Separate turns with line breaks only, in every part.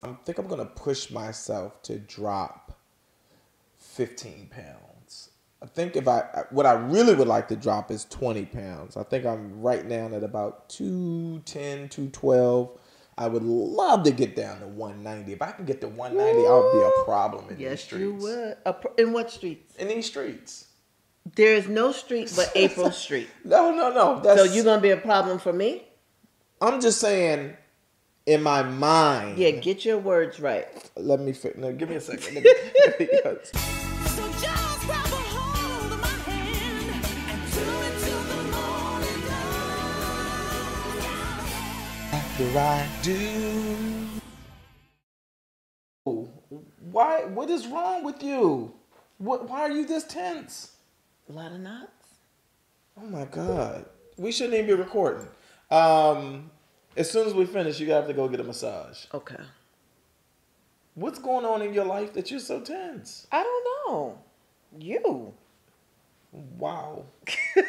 I think I'm gonna push myself to drop 15 pounds. I think if I I- what I really would like to drop is 20 pounds. I think I'm right now at about 210, 212. I would love to get down to 190. If I can get to 190, I would be a problem in these
Yes,
streets.
you would. A pro- In what streets?
In these streets.
There is no street but April Street.
No, no, no. That's
So you gonna be a problem for me?
I'm just saying, in my mind.
Yeah, get your words right.
Let me. Fi- no, give me a second. Let me- Yes.
So just grab a hold of my hand and do it till the morning light.
After I do. Why? What is wrong with you? What? Why are you this tense?
A lot of knots.
Oh my god. We shouldn't even be recording. Um, as soon as we finish, you gotta have to go get a massage.
Okay.
What's going on in your life that you're so tense?
I don't know. You.
Wow. Well, I'm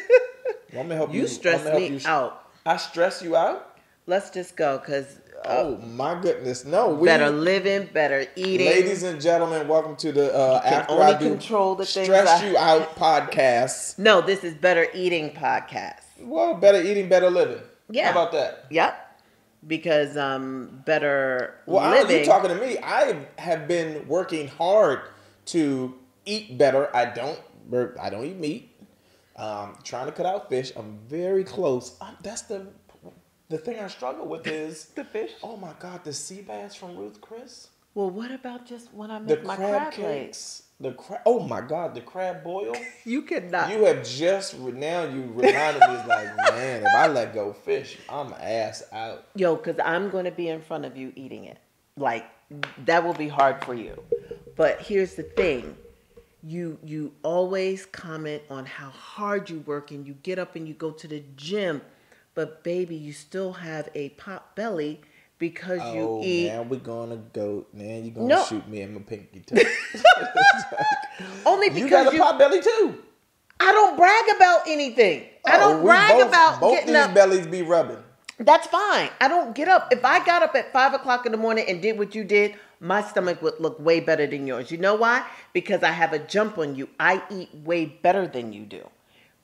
gonna help you.
You stress
I'ma help
me
you-
out.
I stress you out.
Let's just go, cause uh,
Oh my goodness! No, we,
better living, better eating.
ladies and gentlemen, welcome to the uh,
can
after
only
I do
control the things
stress
I-
you out podcast.
No, this is better eating podcast.
Well, better eating, better living.
Yeah.
How about that?
Yep. Because um, better
Well, I know
living.
you talking to me. I have been working hard to eat better. I don't. bur- I don't eat meat. Um, trying to cut out fish. I'm very close. Um that's the the thing I struggle with is
The fish?
Oh my god, the sea bass from Ruth Chris.
well, what about just when I
The
make my
crab,
crab, legs?
cakes. The crab. Oh my god, the crab boil.
You cannot.
You have just now you reminded me it's like man, if I let go fish, I'm ass out.
Yo, because I'm going to be in front of you eating it. Like that will be hard for you. But here's the thing. You you always comment on how hard you work and you get up and you go to the gym, but baby, you still have a pot belly because
Oh,
you eat.
now we're gonna go. Now you're gonna
No.
shoot me in my pinky toe.
Only
you got
because
a
you,
pot belly too.
I don't brag about anything. I
Oh,
don't
we
brag
both-
about
both
getting
these
up.
bellies be rubbing.
That's fine. I don't get up. If I got up at five o'clock in the morning and did what you did, my stomach would look way better than yours. You know why? Because I have a jump on you. I eat way better than you do.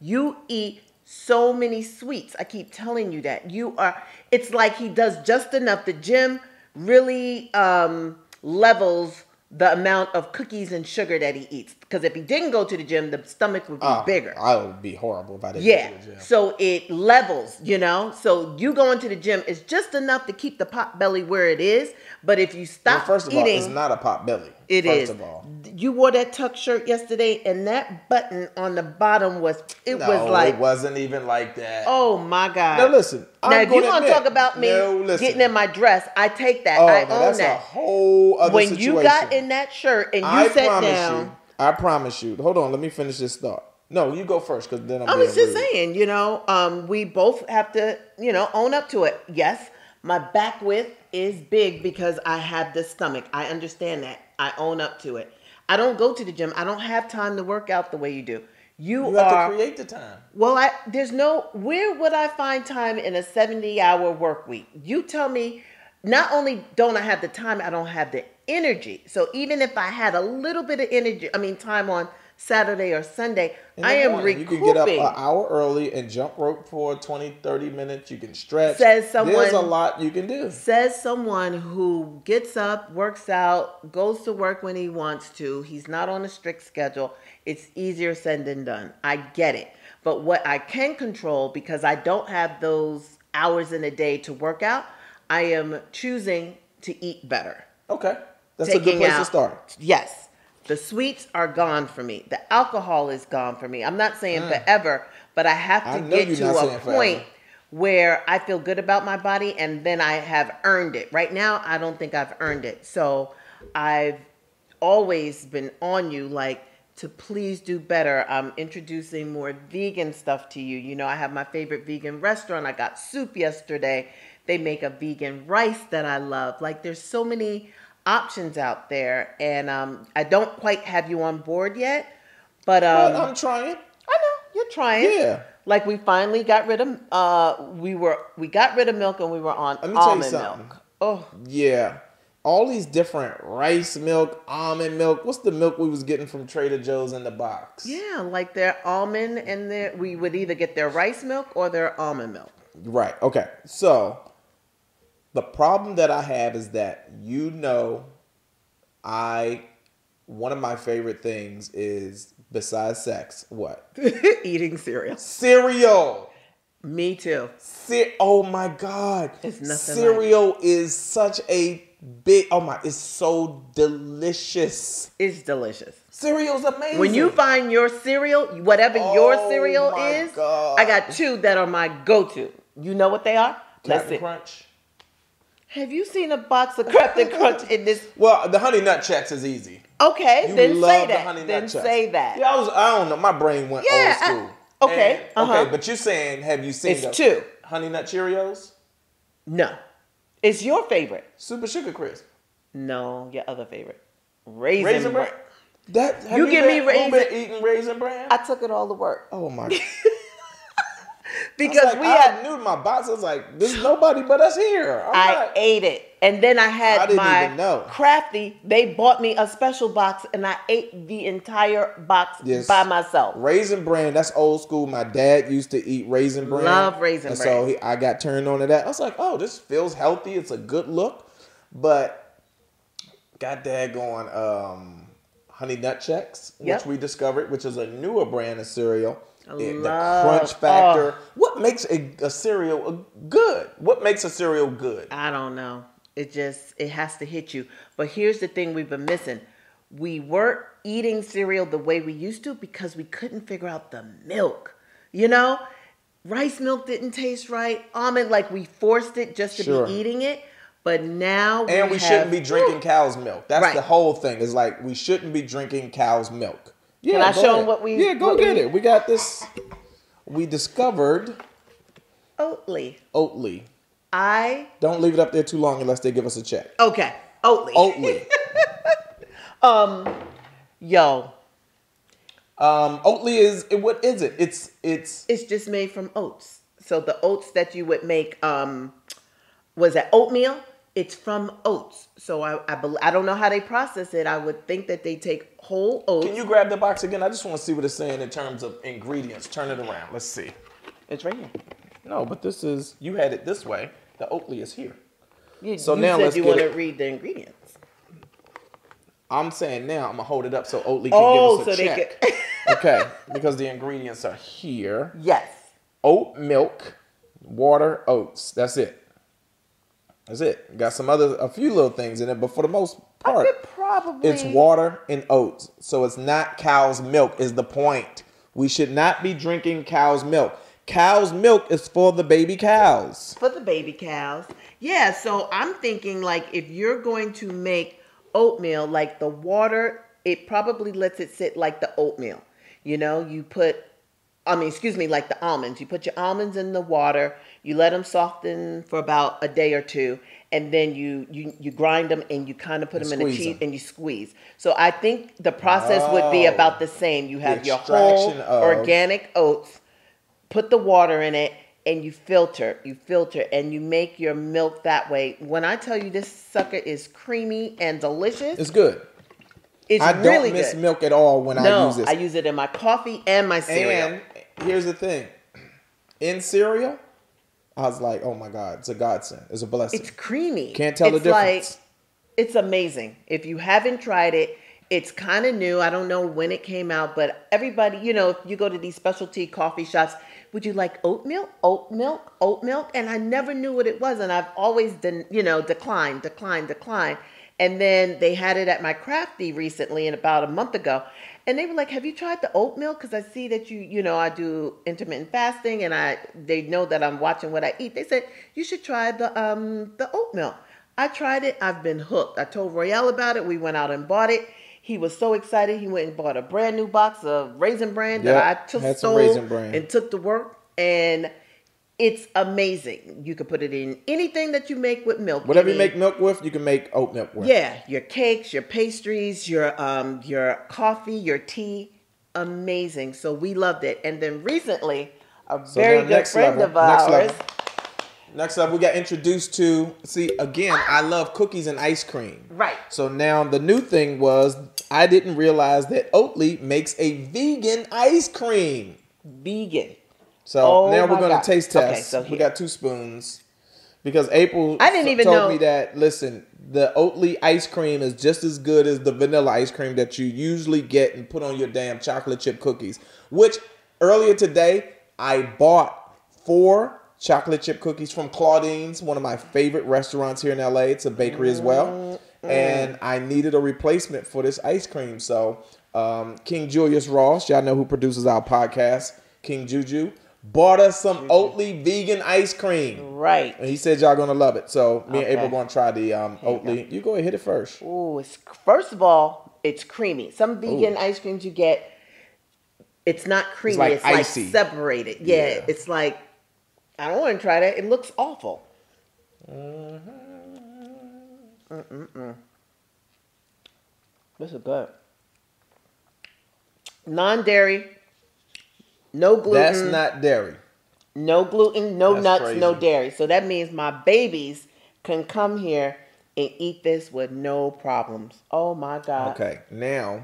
You eat so many sweets. I keep telling you that. You are, it's like he does just enough. The gym really um, levels the amount of cookies and sugar that he eats. Because if he didn't go to the gym, the stomach would be
Oh,
bigger.
I would be horrible if I didn't.
Yeah.
go to the gym.
So it levels, you know? So you going to the gym is just enough to keep the pot belly where it is. But if you
Well,
stop
first of all,
eating,
it's not a pot belly.
it
first
is.
of all.
You wore that tuck shirt yesterday and that button on the bottom was, it
No,
was like,
it wasn't even like that.
oh my God.
Now listen,
Now,
I'm
if you
gonna
want to
admit-
talk about me
No, listen.
getting in my dress, I take that.
oh,
I
now
own
that's a
that.
whole other
when
situation.
you got in that shirt and you
I
sat
promise
down,
you. I promise you. Hold on, let me finish this thought. No, you go first, because then I'm.
I was
being
just
rude.
saying, you know, um, we both have to, you know, own up to it. Yes, my back width is big because I have this stomach. I understand that. I own up to it. I don't go to the gym. I don't have time to work out the way you do. You,
You have
are
to create the time.
well. I there's no where would I find time in a 70 hour work week? You tell me. Not only don't I have the time, I don't have the energy. So even if I had a little bit of energy, I mean time on Saturday or Sunday,
In the
I am
morning,
recouping.
You can get up uh, an hour early and jump rope for 20, 30 minutes. You can stretch.
Says someone-
There's a lot you can do.
Says someone who gets up, works out, goes to work when he wants to. He's not on a strict schedule. It's easier said than done. I get it. But what I can control, because I don't have those hours in a day to work out, I am choosing to eat better.
Okay. That's a good
Taking
place to
out-
start.
Yes. The sweets are gone for me. The alcohol is gone for me. I'm not saying forever, but I have
Mm. I
to
know
get
you're
to
not
a
saying
point
forever.
where I feel good about my body and then I have earned it. Right now, I don't think I've earned it. So I've always been on you like to please do better. I'm introducing more vegan stuff to you. You know, I have my favorite vegan restaurant. I got soup yesterday. They make a vegan rice that I love. Like there's so many options out there and um, I don't quite have you on board yet, but um,
But I'm trying.
I know you're trying.
Yeah.
Like we finally got rid of uh we were we got rid of milk and we were on
Let me tell you
almond
something.
milk. Oh,
Yeah. all these different rice milk, almond milk. What's the milk we was getting from Trader Joe's in the box?
Yeah, like their almond and their we would either get their rice milk or their almond milk.
Right. Okay. So the problem that I have is that you know I one of my favorite things is besides sex, what?
Eating cereal.
Cereal.
Me too.
Ce- oh my god.
It's nothing like
Cereal is such a big oh my it's so delicious.
It's delicious.
Cereal's amazing.
When you find your cereal, whatever your
Oh
cereal
my
is,
God.
I got two that are my go-to. You know what they are?
Captain
Listen,
Crunch.
have you seen a box of Captain Crunch in this?
Well, the honey nut checks is easy.
Okay,
You
then
love
say
the honey
that.
nut
Then
Chex.
say that.
Yeah, I was. I don't know. My brain went
Yeah, I-
old school.
okay,
And-
uh-huh.
Okay, but you're saying, have you seen
It's
the
two.
honey nut Cheerios,
No, it's your favorite.
super sugar crisp,
No, your other favorite, raisin.
raisin
Bran.
bran? That have
You give
been,
me
who been
Raisin-
eating raisin bran?
I took it all to work
oh my! Because
because we
I
had.
knew my box. I was like, there's nobody but us here. I'm
I
not-
ate it, and then I had
I didn't
my
even know.
crafty. They bought me a special box, and I ate the entire box
Yes.
by myself.
Raisin bran, that's old school. My dad used to eat raisin bran.
Love Raisin
and So
Bran.
he, I got turned on to that. I was like, oh, this feels healthy. It's a good look. But got dad going um, honey nut checks,
Yep.
which we discovered, which is a newer brand of cereal.
I
the
love-
crunch
oh.
factor. What makes a, a cereal a- good? What makes a cereal good?
I don't know. It just it has to hit you. But here's the thing we've been missing. We weren't eating cereal the way we used to because we couldn't figure out the milk. You know? Rice milk didn't taste right. Almond like we forced it just to
Sure.
be eating it. But now
and we shouldn't
have-
be drinking cow's milk. That's
Right.
the whole thing. It's like we shouldn't be drinking cow's milk. Yeah,
I
go
show 'em
ahead.
what we-
Yeah, go
what
get
we-
it. We got this. We discovered
Oatly.
Oatly.
I
Don't leave it up there too long unless they give us a check.
okay. Oatly.
Oatly.
Yo,
um, Oatly is it, what is it? It's it's
it's just made from oats. So the oats that you would make um was that oatmeal? It's from oats. So I I, bel I don't know how they process it. I would think that they take whole oats.
Can you grab the box again? I just want to see what it's saying in terms of ingredients. Turn it around. Let's see.
it's right here.
No, but this is you had it this way. The Oatly is here.
You,
So
you
now
said
let's
you
get
want
it.
to read the ingredients.
I'm saying now I'm gonna hold it up so Oatly can
Oh,
give us a
so they
check.
could
okay, because the ingredients are here.
Yes.
oat milk, water, oats. That's it. That's it. Got some other, a few little things in it, but for the most
I
part,
could probably
it's water and oats. So it's not cow's milk, is the point. We should not be drinking cow's milk. Cow's milk is for the baby cows.
for the baby cows. Yeah, so I'm thinking like if you're going to make oatmeal, like the water, it probably lets it sit like the oatmeal. You know, you put, I mean, excuse me, like the almonds. You put your almonds in the water, you let them soften for about a day or two, and then you you you grind them and you kind of put
And
them in a
squeeze
cheese
'em.
and you squeeze. So I think the process would be
Oh.
about the same. You have your whole
extraction of-
organic oats put the water in it and you filter you filter and you make your milk that way when i tell you this sucker is creamy and delicious
It's
it's,
good. I don't
really
miss
good
milk at all when I
no
use this.
I use it in my coffee and my
And
cereal
here's the thing in cereal, I was like, oh my God, it's a godsend. It's a blessing.
it's creamy
Can't tell the
it's
difference.
like it's amazing if you haven't tried it it's kind of new i don't know when it came out but everybody you know if you go to these specialty coffee shops would you like oat milk oat milk oat milk and i never knew what it was and i've always den- you know declined declined declined and then they had it at my crafty recently and about a month ago and they were like have you tried the oat milk because i see that you you know i do intermittent fasting and i they know that i'm watching what i eat they said you should try the um the oat milk I tried it. I've been hooked. I told Royale about it. We went out and bought it. He was so excited. He went and bought a brand new box of Raisin Bran
Yep,
that I took
had some
stole
Raisin Bran.
and took to work. And it's amazing. You could put it in anything that you make with milk.
Whatever you
Any-
make milk with, you can make oat milk with.
Yeah, your cakes, your pastries, your um, your coffee, your tea, amazing. So we loved it. And then recently, a
So
very
now
good
next
friend
level,
of
next level.
ours
Next up, we got introduced to see again. I love cookies and ice cream.
Right.
So now the new thing was I didn't realize that Oatly makes a vegan ice cream.
Vegan.
So
Oh
now we're
my
gonna
God.
taste
Okay,
test.
so
we
here.
got two spoons because April
I didn't
s-
even
told
know-
me that. Listen, the Oatly ice cream is just as good as the vanilla ice cream that you usually get and put on your damn chocolate chip cookies. Which earlier today I bought four chocolate chip cookies from Claudine's, one of my favorite restaurants here in LA. It's a bakery as well, and I needed a replacement for this ice cream. So um, King Julius Ross, y'all know who produces our podcast, King Juju. Bought us some Oatly vegan ice cream.
Right.
And he said y'all gonna love it. So me and
Okay.
April gonna try the um,
you go.
Oatly. You go ahead hit it first.
Ooh, it's first of all, it's creamy. Some vegan ice creams you get, it's not creamy. It's
like
like,
icy.
separated. Yeah,
Yeah.
it's like I don't want to try that. It looks awful.
Mm-hmm.
Mm-mm-mm. This is good. Non-dairy, no gluten.
That's not dairy.
No gluten, no
That's
nuts, no
crazy.
dairy. So that means my babies can come here and eat this with no problems. Oh my God.
Okay, now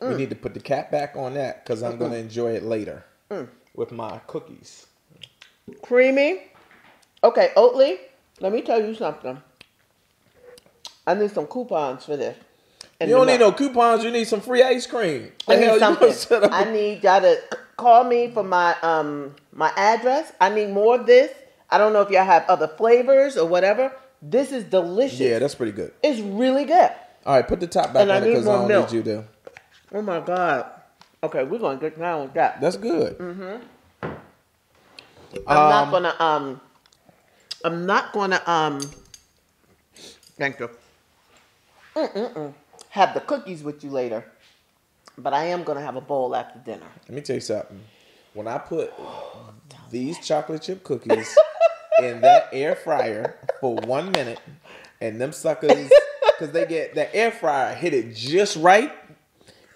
mm.
we need to put the cap back on that because I'm gonna enjoy it later
Mm.
with my cookies.
Creamy. Okay, Oatly, let me tell you something. I need some coupons for this. And
you don't
the
need
milk.
no coupons. You need some free ice cream.
I
The hell
need
you gonna sit
something.
up-
I need y'all to c- call me for my um my address. I need more of this. I don't know if y'all have other flavors or whatever. This is delicious.
yeah, that's pretty good.
it's really good.
All right, put the top back
And I
on it
need
because I don't
more milk.
need you to.
Oh my god. Okay, we're gonna get down with that.
That's good.
Mm-hmm. I'm
um,
not gonna um I'm not gonna um thank you. Mm-mm-mm. Have the cookies with you later. But I am gonna have a bowl after dinner.
Let me tell you something. When I put these chocolate chip cookies in that air fryer for one minute, and them suckers, because they get that air fryer hit it just right,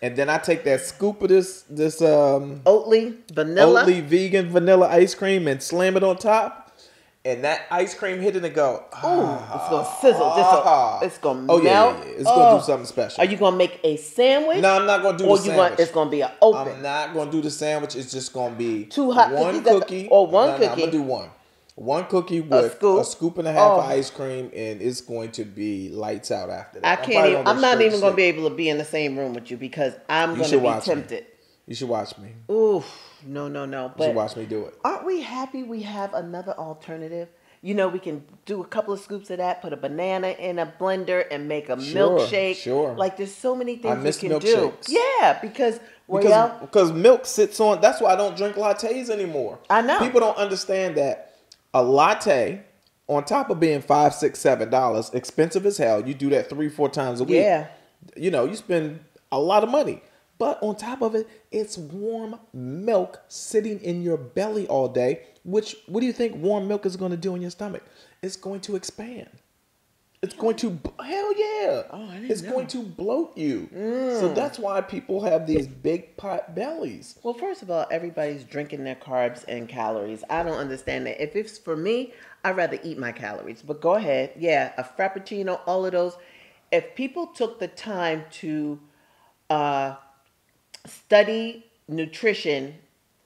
and then I take that scoop of this this um
Oatly, vanilla.
Oatly vegan vanilla ice cream and slam it on top, and that ice cream hit it and go.
Ooh, it's gonna sizzle. Just
Ah.
a, it's gonna
Oh,
melt.
yeah, yeah, yeah. It's gonna do
Oh.
something special.
Are you gonna make a sandwich?
No, I'm not gonna do
Or
the
you
sandwich.
want it's gonna be an open.
I'm not gonna do the sandwich. It's just gonna be
Two hot
one
cookies at the-
cookie
or one
No, No, I'm
cookie.
gonna do one. One cookie with a scoop,
scoop.
and a half
Oh.
of ice cream, and it's going to be lights out after
I
that. I'm
can't
probably
even
go
I'm not
straight
even gonna be
sleep.
able to be in the same room with you because I'm
should
gonna
watch
be
me.
tempted.
You should watch me.
Ooh, no, no, no.
You
But
should watch me do it.
aren't we happy we have another alternative? You know, we can do a couple of scoops of that, put a banana in a blender, and make a
Sure,
milkshake.
sure.
Like there's so many
I
things we
miss
can do.
milkshakes.
Yeah, because
Because,
Royale,
because milk sits on. That's why I don't drink lattes anymore.
I know.
People don't understand that a latte, on top of being five, six, seven dollars, expensive as hell. You do that three, four times a week.
Yeah.
You know, you spend a lot of money. But on top of it, it's warm milk sitting in your belly all day. Which, what do you think warm milk is going to do in your stomach? It's going to expand. It's going to b- hell yeah.
Oh, I didn't
it's
know. Mm.
going to bloat you. So that's why people have these big pot bellies.
well, first of all, everybody's drinking their carbs and calories. I don't understand that. If it's for me, I'd rather eat my calories. But go ahead. Yeah, a frappuccino, all of those. If people took the time to uh, study nutrition,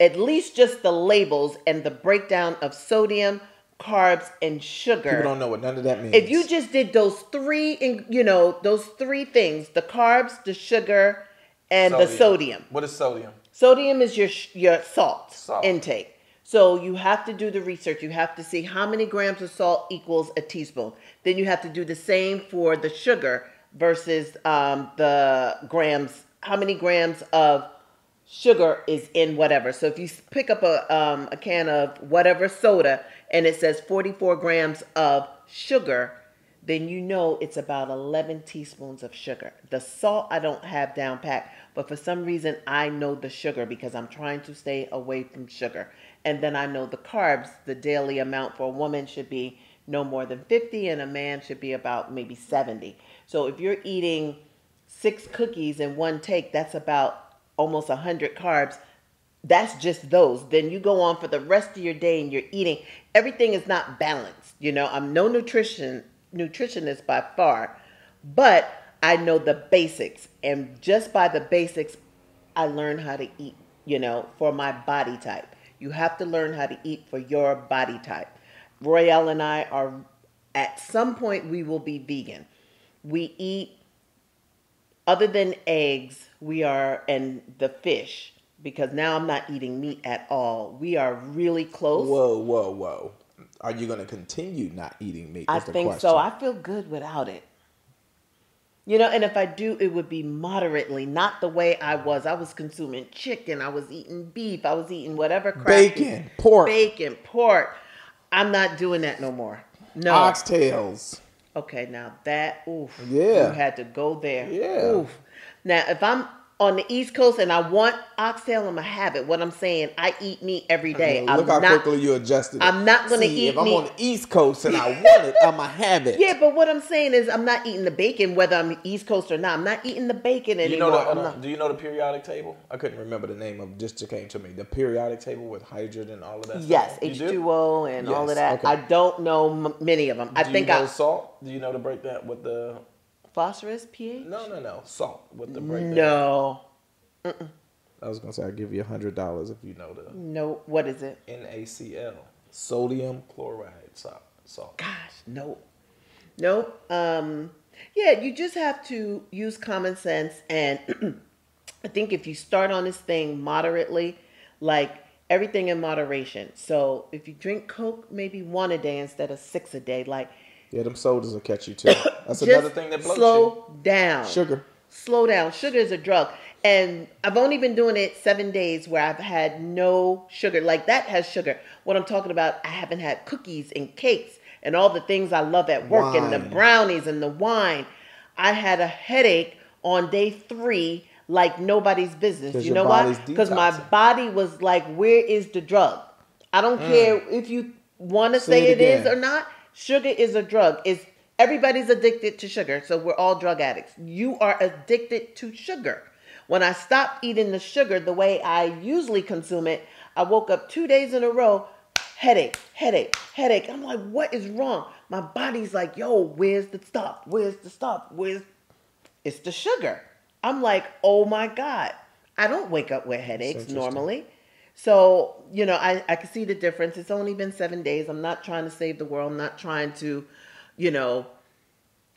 at least just the labels and the breakdown of sodium, carbs, and
People
sugar.
don't know what none of that means.
If you just did those three, in, you know, those three things: the carbs, the sugar, and the sodium.
What is sodium?
Sodium is your sh- your salt,
Salt.
intake. So you have to do the research. You have to see how many grams of salt equals a teaspoon. Then you have to do the same for the sugar versus um, the grams. How many grams of sugar is in whatever? So if you s- pick up a um, a can of whatever soda and it says 44 grams of sugar, then you know it's about 11 teaspoons of sugar. The salt I don't have down pat, but for some reason I know the sugar because I'm trying to stay away from sugar. And then I know the carbs, the daily amount for a woman should be no more than 50 and a man should be about maybe 70. So if you're eating six cookies in one take, that's about almost 100 carbs That's just those. Then you go on for the rest of your day and you're eating. Everything is not balanced. You know, I'm no nutrition nutritionist by far, but I know the basics. And just by the basics, I learn how to eat, you know, for my body type. You have to learn how to eat for your body type. Royale and I are at some point we will be vegan. We eat other than eggs, we are and the fish because now I'm not eating meat at all. We are really close.
Whoa, whoa, whoa. Are you going to continue not eating meat?
I
is the
think
question.
so. I feel good without it. You know, and if I do, it would be moderately, not the way I was. I was consuming chicken, I was eating beef, I was eating whatever crap.
Bacon, pork,
Bacon, pork. I'm not doing that no more. No.
oxtails.
Okay, now that oof.
Yeah.
You had to go there.
Yeah.
Oof. Now if I'm on the East Coast and I want oxtail, I'ma have it. What I'm saying, I eat meat every day.
Uh-huh. Look
I'm
how
not,
quickly you adjusted. it.
I'm not gonna
See,
eat
If I'm
meat.
on the East Coast and I want it, I'ma have it.
Yeah, but what I'm saying is I'm not eating the bacon, whether I'm East Coast or not. I'm not eating the bacon
You
anymore.
know the,
I'm
uh,
not-
do you know the periodic table? I couldn't remember the name of just it came to me. The periodic table with hydrogen and all of that.
yes,
stuff. You do?
H2O and all
Yes,
of that.
okay.
I don't know m- many of them. I
Do
think
you know
I
salt? Do you know to break that with the
phosphorus pH.
no no no salt with the break? that?
No,
I was gonna say I'll give you a hundred dollars if you know the
no. What is it?
NaCl sodium chloride salt. Salt.
gosh, no, no. Um, yeah, you just have to use common sense, and I think if you start on this thing moderately, like everything in moderation. So if you drink Coke, maybe one a day instead of six a day. Like
Yeah, them sodas will catch you too. That's
just
another thing that blows
slow down.
you. Sugar.
Slow down. Sugar is a drug. And I've only been doing it seven days where I've had no sugar. Like that has sugar. What I'm talking about, I haven't had cookies and cakes and all the things I love at work and the
Wine.
brownies and the wine. I had a headache on day three like nobody's business.
'Cause
You
your
know why?
body's
Because my
detoxing.
body was like, where is the drug? I don't care if you want to say
Mm. it
it is
again.
or not not, sugar is a drug. It's everybody's addicted to sugar, so we're all drug addicts. You are addicted to sugar. When I stopped eating the sugar the way I usually consume it, I woke up two days in a row, headache, headache, headache. I'm like, what is wrong? My body's like, yo, where's the stuff? Where's the stuff? Where's it's the sugar. I'm like, oh my God. I don't wake up with headaches
interesting.
normally. So, you know, I, I can see the difference. It's only been seven days. I'm not trying to save the world. I'm not trying to, you know,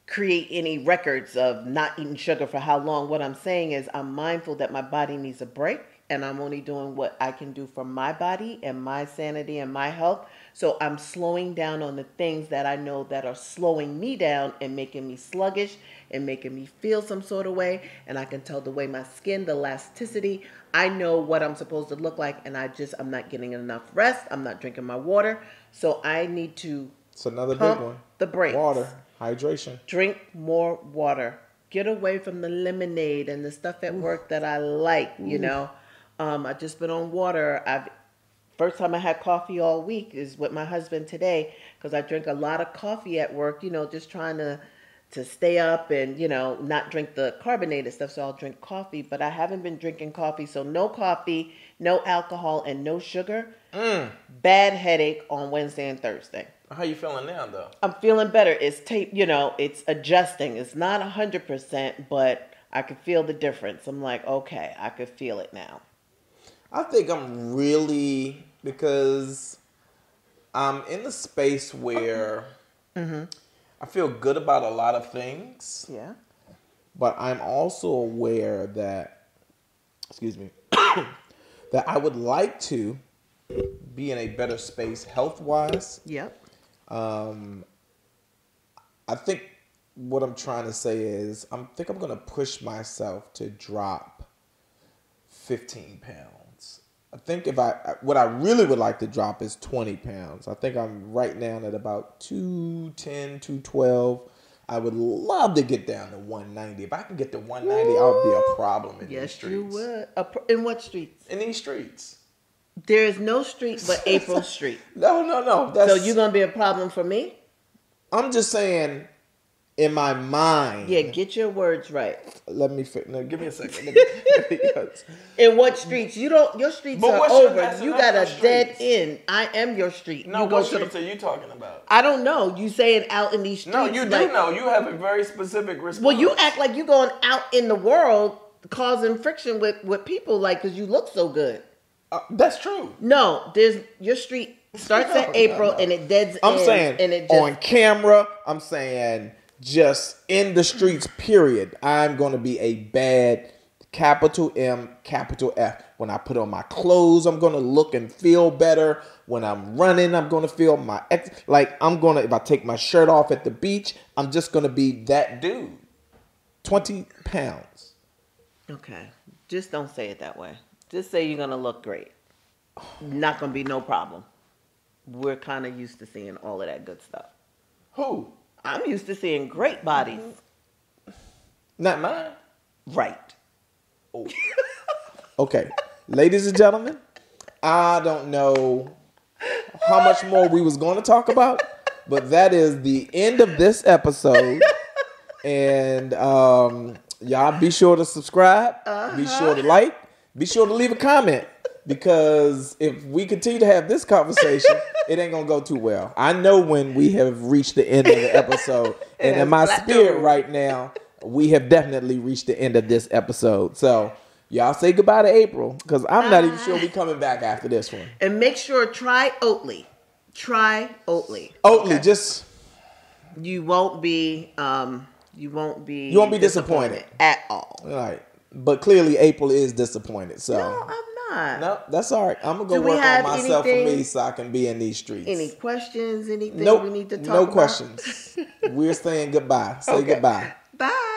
create any records of not eating sugar for how long. What I'm saying is I'm mindful that my body needs a break and I'm only doing what I can do for my body and my sanity and my health. So I'm slowing down on the things that I know that are slowing me down and making me sluggish and making me feel some sort of way and I can tell the way my skin, the elasticity, I know what I'm supposed to look like and I just I'm not getting enough rest. I'm not drinking my water. So I need to
It's another
Pump
big one.
the brakes.
Water. Hydration.
drink more water. Get away from the lemonade and the stuff at work that I like, you know. Um, I just been on water. I've first time I had coffee all week is with my husband today because I drink a lot of coffee at work, you know, just trying to to stay up and, you know, not drink the carbonated stuff, so I'll drink coffee, but I haven't been drinking coffee, so no coffee, no alcohol and no sugar. Bad headache on Wednesday and Thursday.
How you feeling now though?
I'm feeling better. It's tape, you know, it's adjusting. It's not 100%, but I could feel the difference. I'm like, okay, I could feel it now.
I think I'm really because I'm in the space where I feel good about a lot of things,
Yeah.
but I'm also aware that, excuse me, that I would like to be in a better space health wise.
Yep.
I think what I'm trying to say is I think I'm gonna push myself to drop 15 pounds. I think if I what I really would like to drop is 20 pounds. I think I'm right now at about 210, 212. I would love to get down to 190. If I can get to 190, I would be a problem in these
Yes,
streets.
you would. A pr- In what streets?
In these streets.
There is no street but April Street.
No, no, no. That's
So you're going to be a problem for me?
I'm just saying, in my mind.
Mm-hmm.
Yeah, get your words right.
Let me fi- no, give me a second.
In what streets? You don't. Your streets
But
are
what's your-
over.
that's-
you
that's
got
your
a dead
streets.
end. I am your street.
No,
you
what
to the-
streets are you talking about?
I don't know. You saying out in these streets?
No, you do
like-
know. You have a very specific response.
Well, you act like you're going out in the world causing friction with with people, like because you look so good.
Uh, that's true.
No, there's your street starts
No,
in April
no, no.
and it deads.
I'm
end,
saying
and it just
on camera. I'm saying just in the streets. Period. I'm going to be a bad capital M capital F. When I put on my clothes, I'm going to look and feel better. When I'm running, I'm going to feel my ex. Like I'm going to if I take my shirt off at the beach, I'm just going to be that dude.
dude.
Twenty pounds.
okay. Just don't say it that way. Just say you're gonna look great. Not gonna be no problem. We're kind of used to seeing all of that good stuff.
Who?
I'm used to seeing great bodies.
Mm-hmm. Not mine.
Right.
Okay, ladies and gentlemen, I don't know how much more we was going to talk about, but that is the end of this episode. And um, y'all be sure to subscribe, be sure to like, be sure to leave a comment because if we continue to have this conversation, it ain't gonna go too well. I know when we have reached the end of the episode, and in my spirit right now, we have definitely reached the end of this episode. So y'all say goodbye to April because I'm not even sure we coming back after this one.
And make sure try Oatly. Try Oatly.
Oatly, just
You won't be um you won't be
You won't be disappointed.
at all.
all right, but clearly April is disappointed. So.
No, I'm not.
No, that's all right. I'm gonna go
Do we
work on
have
myself for
anything-
me so I can be in these streets.
Any questions? Anything
nope,
we need to talk
no
about?
questions. We're saying goodbye. Say
Okay.
goodbye.
Bye.